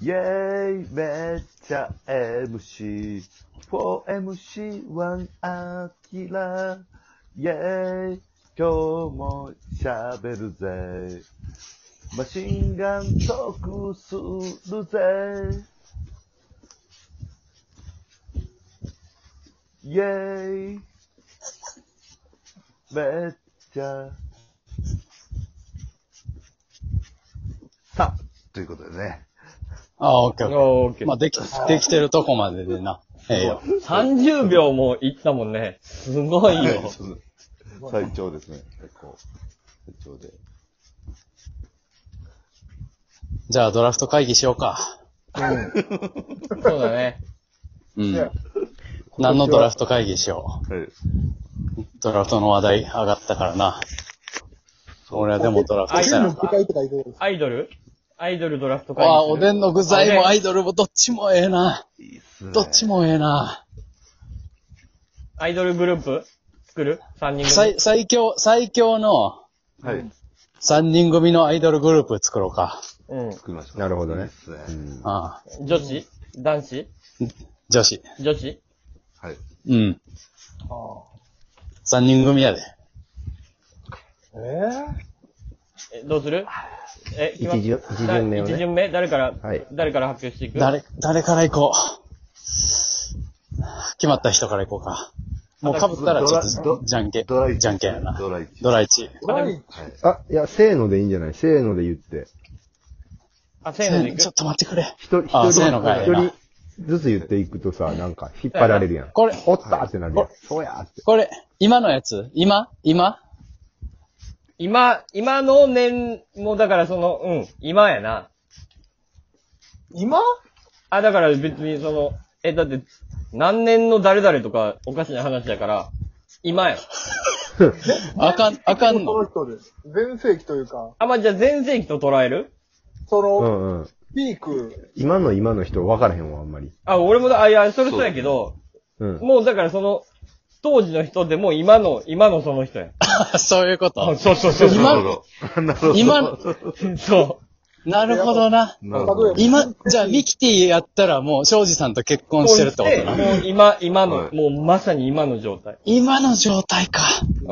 イェーイめっちゃ MC。4MC1 アキラ。イェーイ今日も喋るぜ。マシンガントークするぜ。イェーイめっちゃ。さあ、ということでね。ああ、オッケーオッケオーケー。ーまあ、でき、できてるとこまででな。ええよ。 30秒もいったもんね。すごいよ。最長ですね。結構。最長で。じゃあ、ドラフト会議しようか。そうだね。うん。何のドラフト会議しよはい。う。ドラフトの話題上がったからな。俺はでもドラフトあしなのあかん具あ体とかいろいろアイドルアイドルドラフト会議する。あ、おでんの具材もアイドルもどっちもええな。いいっすね。どっち。もええな。アイドルグループ作る ?3 人組。最、最強、最強のはい。 3人組のアイドルグループ作ろうか。う作りました。なるほどいいっね。すね。ああ、ん。女子男子女子。女子はい。うん。3人組やで。え、どうするえ、決まっ一巡一巡目をね一巡目誰から、はい誰から発表していく誰、誰から行こう。決まった人から行こうか。もう被ったらちょっドラと、じゃんけん。ドライじゃんけんやな。ドライチ。ドラ1。誰はい。あ、いや、せーのでいいんじゃないせーので言って。あ、せーのでいちょっくと待ってくれ。ひと一あ人、せーのがええ一な人ずつ言っていくとさ、なんか引っ張られるやん。これおったってなるやんこ。そうやーって。これ、今のやつ今今今、今の年、もうだからその、うん、今やな。今あ、だから別にその、え、だって、何年の誰々とかおかしな話だから、今や。あかん、あかんこ のの。人です。全盛期というか、あ、まあ、じゃあ全盛期と捉えるそうの、んうん。ピーク、今の今の人分からへんわ、あんまり。あ、俺もだ、あ、いや、それそうやけど、うん。もうだからその、当時の人でも今の、今のその人や。そういうこと。そうそうそう今なるほど。なるほど。今なるそなるほどな。ほど。例え今、じゃあミキティやったらもう、庄司さんと結う。婚してるってことな。もう今、今の、はいもうまさに今の状態。今の状態か。うん。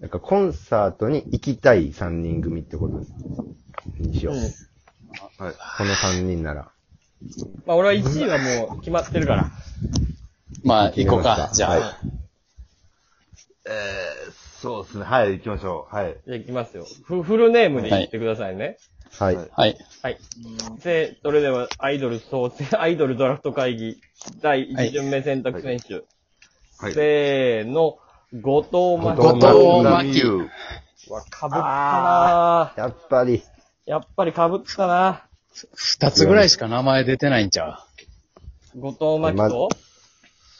なんかコンサートに行きたい3人組ってことにしよう。うんはい。この3人なら。まあ、俺は1位はもう決まってるから。まあ、行こうか。じゃあ。えー、そうですね。はい、行きましょう。はい。じゃあいきますよ。フフルネームで言ってくださいね。はい。はいはい。はい。せ、それでは、アイドル総選、 アイドルドラフト会議、第1巡目選択選手。はい。せーの、後藤真後希。藤真希後かぶったなぁ。やっぱり。やっぱりかぶったな二つぐらいしか名前出てないんちゃう。ぁ。後藤真希と、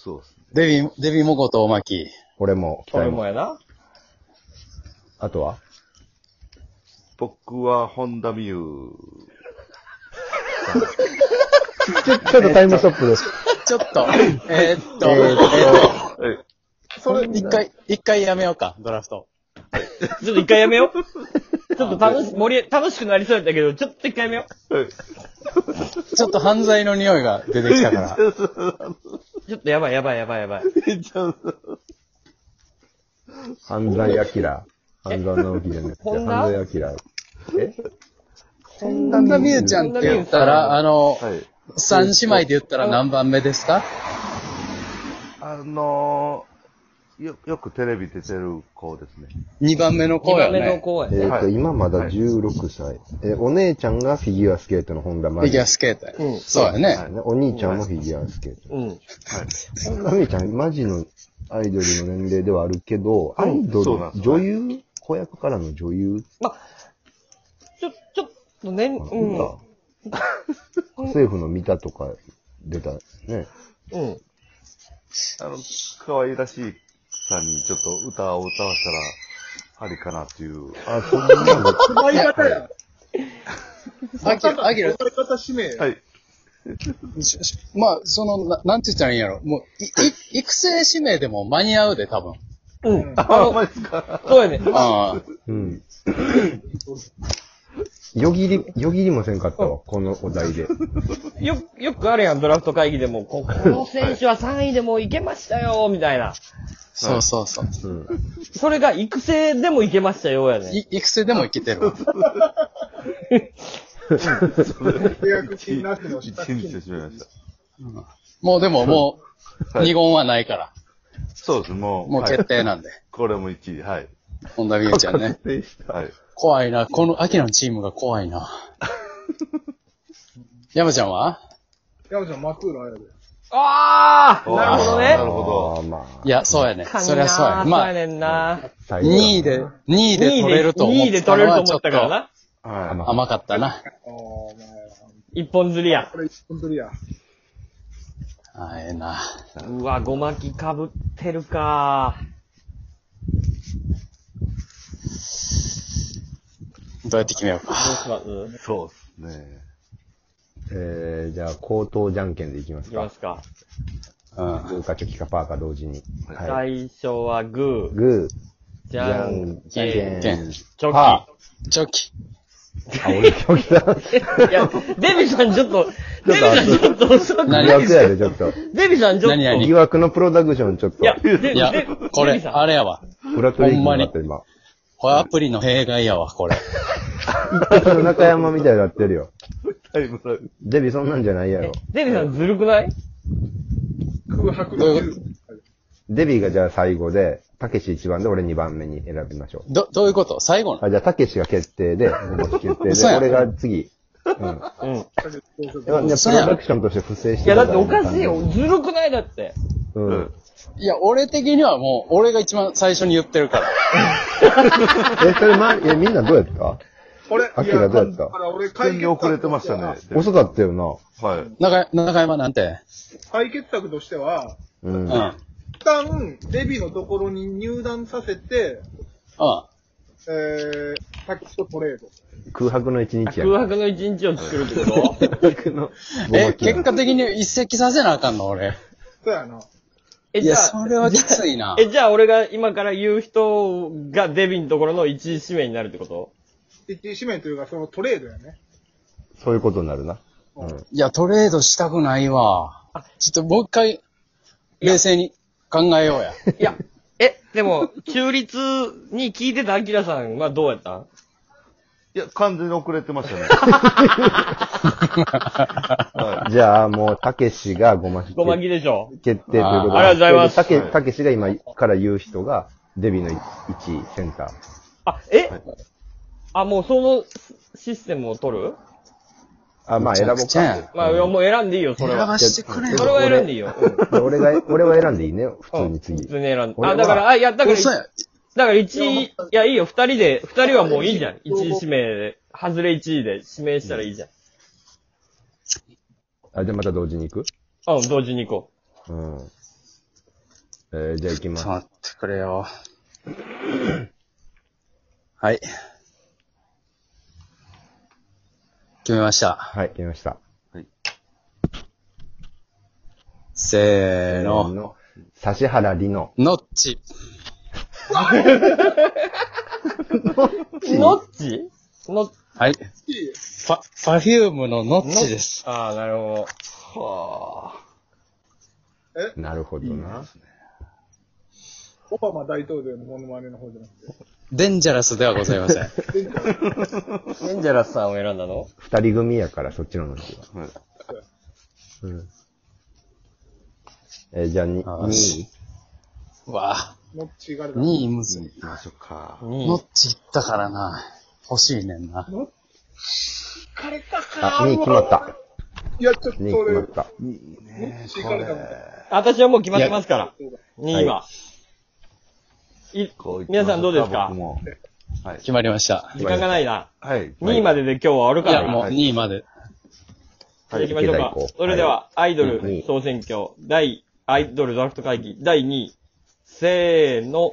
そうですね。デビ、デビも後藤巻。俺も、期俺待もも。やな。あとは僕は、本田美 優。ちょ、ちょっとタイムストップです。ちょっ と、えーっと、えーっとはい。それ一回、一回やめようか、ドラフト。ちょっと一回やめよう。ちょっと楽し、盛り、楽しくなりそうやったけど、ちょっと一回やめよはい。ちょっと犯罪の匂いが出てきた から。う。ちょっとやばいやばいやばいやばい。犯罪アキラ。犯罪直樹じゃなくて、ほん犯な罪アキラ。え神田美優ちゃんって言ったら、あの、はい。三姉妹で言ったら何番目ですかあのー、よ、よくテレビ出てる子ですね。二番目の子2よ番目のね。公えっ、演。はと、い今まだはい16歳、えお姉ちゃんがフィギュアスケートの本田フ真ィギュア由スケートやうんそうやね。ね。お兄ちゃんもフィギュアスケート。うん。本田真由ちゃん、マジのアイドルの年齢ではあるけど、アイドそうなんでル、すよ女優子役からの女優ちょ、ちょっとね、なんうかん。、 政府の見たとか出たね。うん。あの、可愛らしいさんにちょっと歌を歌わせたら、ありかなっていう。あ、そんなの、奪い方や。アキラ、アキラ、奪い方指名や。はい。ししまあ、その、ななんて言ったらいいんやろ。もう、い、い、育成指名でも間に合うで、多分。うん。あ、ほんまですかそうやね。ああ。うん。よぎり、よぎりもせんかったわ、このお題で。よ、よくあるやん、ドラフト会議でも、ここの選手は3位でもいけましたよ、みたいな。そうそうそう。うん。それが育成でもいけましたよ、やねん。い育成でもいけてるわ。契約金なくの一下っ日引してしまいました。もうでももはう、い二言はないから。そうです、もう。もうはい決定 なんで。これも1位、はい。本田美優ちゃんね。はい。怖いな。この秋のチームが怖い な。山ちゃんは山ちゃん、マクールあやで。ああなるほどあーなね。るほあーまいや、そうやね。そりゃそうや。まあ、まそうあ、やねんな。あ、 2位で、2位で取れると思2位で取れると思ちょっったからとな。ど。はい。まあ甘かったな。ああ、お前、一本釣りやこ。れ一本取りや。あええな。うわ、ごまき被ってるか。どうやって決めようどうか。しますそうですね。えー、じゃあ、口頭じゃんけんでいきまいすきまか。すか。うん。グーかチョキかパーか同時に。はい。最初はグー、グじゃんじゃんけん、チけんョパチョキ。ー。あ、俺チョキだ。キ。いや、デビさんちょっと、デビさんちょっと、疑惑やで、ちょっと。デビさんちょっと、何々い疑惑のプロダクションちょっとや、、デビいやデ、こデれビ、さんあれやわ。裏取りになってる今。これアプリの弊害やわ、これ。一匹の中山みたいになってるよ。タイムラグ。デビそんなんじゃないやろ。デビさんずるくない空白のどうい10。デビがじゃあ最後で、たけし1番で俺2番目に選びましょう。ど、どういうこと最後の。あ、じゃあ、たけしが決定で、僕も決定嘘で、やん俺が次。うん。うん。いいや、プロ嘘やんダクションとして不正してや、るだかっらておかしいよ。。ずるくないだって。うん。いや、俺的にはもう、俺が一番最初に言ってるから。え、それ、ま、いや、みんなどうやった俺、アキラどうやっただから俺、全解に決遅れ策てとまししてたはね、。遅かったよな。はい。中、中山なんて。解決策としては、ううんん。う。ん。一旦、デビのところに入団させて、えー、タキとトレード。空白の一あ日やん。空白の一日を作るってことえ、結果的に一席させなあかんの、俺。そうやな。え、いじゃや、あ、それはきついな。え、じゃあ俺が今から言う人がデビのところの一位指名になるってこと一位指名というか、そのトレードやね。そういうことになるな。うん。いや、トレードしたくないわ。ちょっともう一回、冷静に考えようや。いや、え、でも、中立に聞いてたアキラさんはどうやったんいや、完全に遅れてました ね。はじゃあ、もう、たけしがごまきごまきでしょ決定といあうことでーありがとうございますたけ、はいたけしが今から言う人が、デビの1位、センター。あ、え、はいあ、もうそのシシステムを取るあ、まあ、選ぼうめちゃくちゃやんか。まあ、いやもう選んでいいよ、そ選れは。ばしてくれそれよ。は選んでいいよ。うんで俺が、俺は選んでいいね。普通にうん普次。通に選んで。俺あ、はだから、あ、いや、だから、嘘だや。から1位、いや、いいよ、2人で、2人はもういいじゃん。1位指名で、外れ1位で指名したらいいじゃん。あ、じゃあまた同時に行くうん、同時に行こうん。えー、じゃあ行きちょっますと。待ってくれよ。はい。決めました。はい、決めました。せーの。の。指原里乃。ノッチ。う。ノッチノッチはい。パ、パフュームのノッチです。ああ、なるほなるほどな。オバマ大統領のモノマネの方じゃなくて。デンジャラスではございま せん。ど。デンジャラスさんを選んだの二人組やから、そっちのノッチは。い。はいうん。えーじゃあに、あー2位わあノッチがあるから2位むずい。行きましょうか。にノッチ行ったからな。欲しいねんな。あ、2位決まった。いや、ちょっと2位俺、決まった。ね行かれたみたい私はもう決まってますから。や2位は。い、皆さんどうですか僕もはい。決まりました。時間がないな。はい。 2位までで今日は終わるいかや、らな。もう2位まで。じゃあ行きましょうはいか行けた行こ。うそれでは、アイドうんうんル総選挙、第、アイドルドラフト会議、第2位。せーの、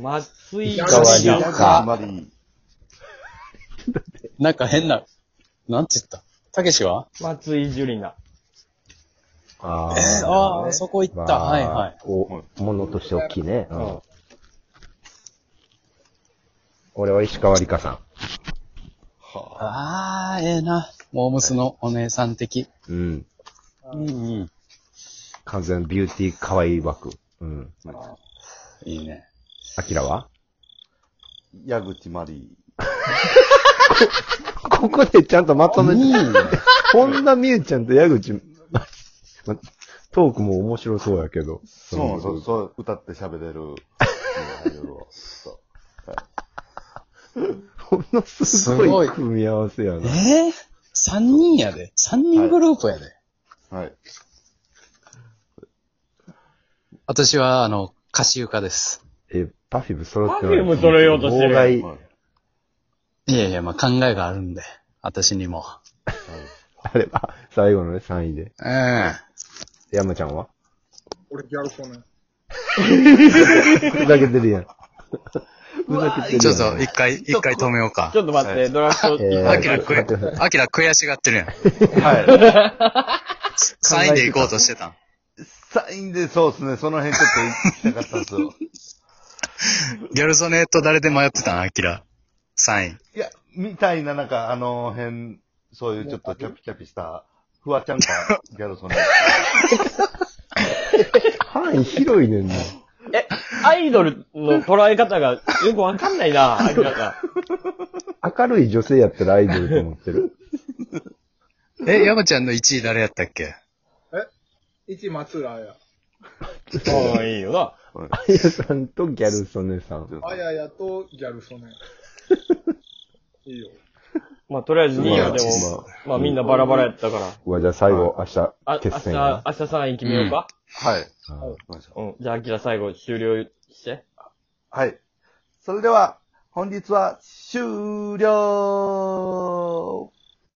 松井や変わりや香かあまり。なんか変な、なんて言ったたけしは松井樹里奈。あえー、ああ、そこ行まった。あはいはい。お、ものとして大きいね。ううんん。俺は石川理香さん。はああ、ええな。モームスのお姉さん的。うん。うんうん。完全ビューティー可愛い枠。うん。いいね。アキラは矢口まり。 ここでちゃんとまとめて。本田美優ちゃんと矢口、ままトークも面白そうやけど。そうそう、そそう、歌って喋れる。のものすすごごいい組み合わせやな。ええ三人やで。三人グループやで。はい。私は、あの、歌詞床です。え、パフィブ揃って Perfume 揃えようとしてる妨害はいいやいや、まあ、考えがあるんで。私にも。あれば、 最後のね、3位で。ええ山ちゃんは俺ギャルコね。ふざけてる やん。ふざけてるやん。ちょっと、一回、一回止めようかち。ょっと待って、ドラフト、えーアキラ悔や、アキラ悔しがってるやん。はい。サインで行こうとしてたん。サインで、そうですね、その辺ちょっと行きたかったんです よ。ギャル曽根と誰で迷ってたんアキラ。サイン。いや、みたいな、なんか、あの辺、そういうちょっとキャピキャピした、フワちゃんか、ギャル ソン。範囲広いねんな。え、アイドルの捉え方がよくわかんない な、アキラさん。明るい女性やったらアイドルと思ってる。え、山ちゃんの1位誰やったっけ一松浦や。ああ、いいよな。あやさんとギャル曽根さん。あややとギャ ルソネ。いいよ。まあ、とりあえず2位はでまあも、まあみんなバラバラやったから。うわ、じゃあ最後、明日あ、、明決日、戦明日やな。 3位決めようか。はい。うんうん。じゃあ、アキラ最後終了して。はい。それでは、本日は終了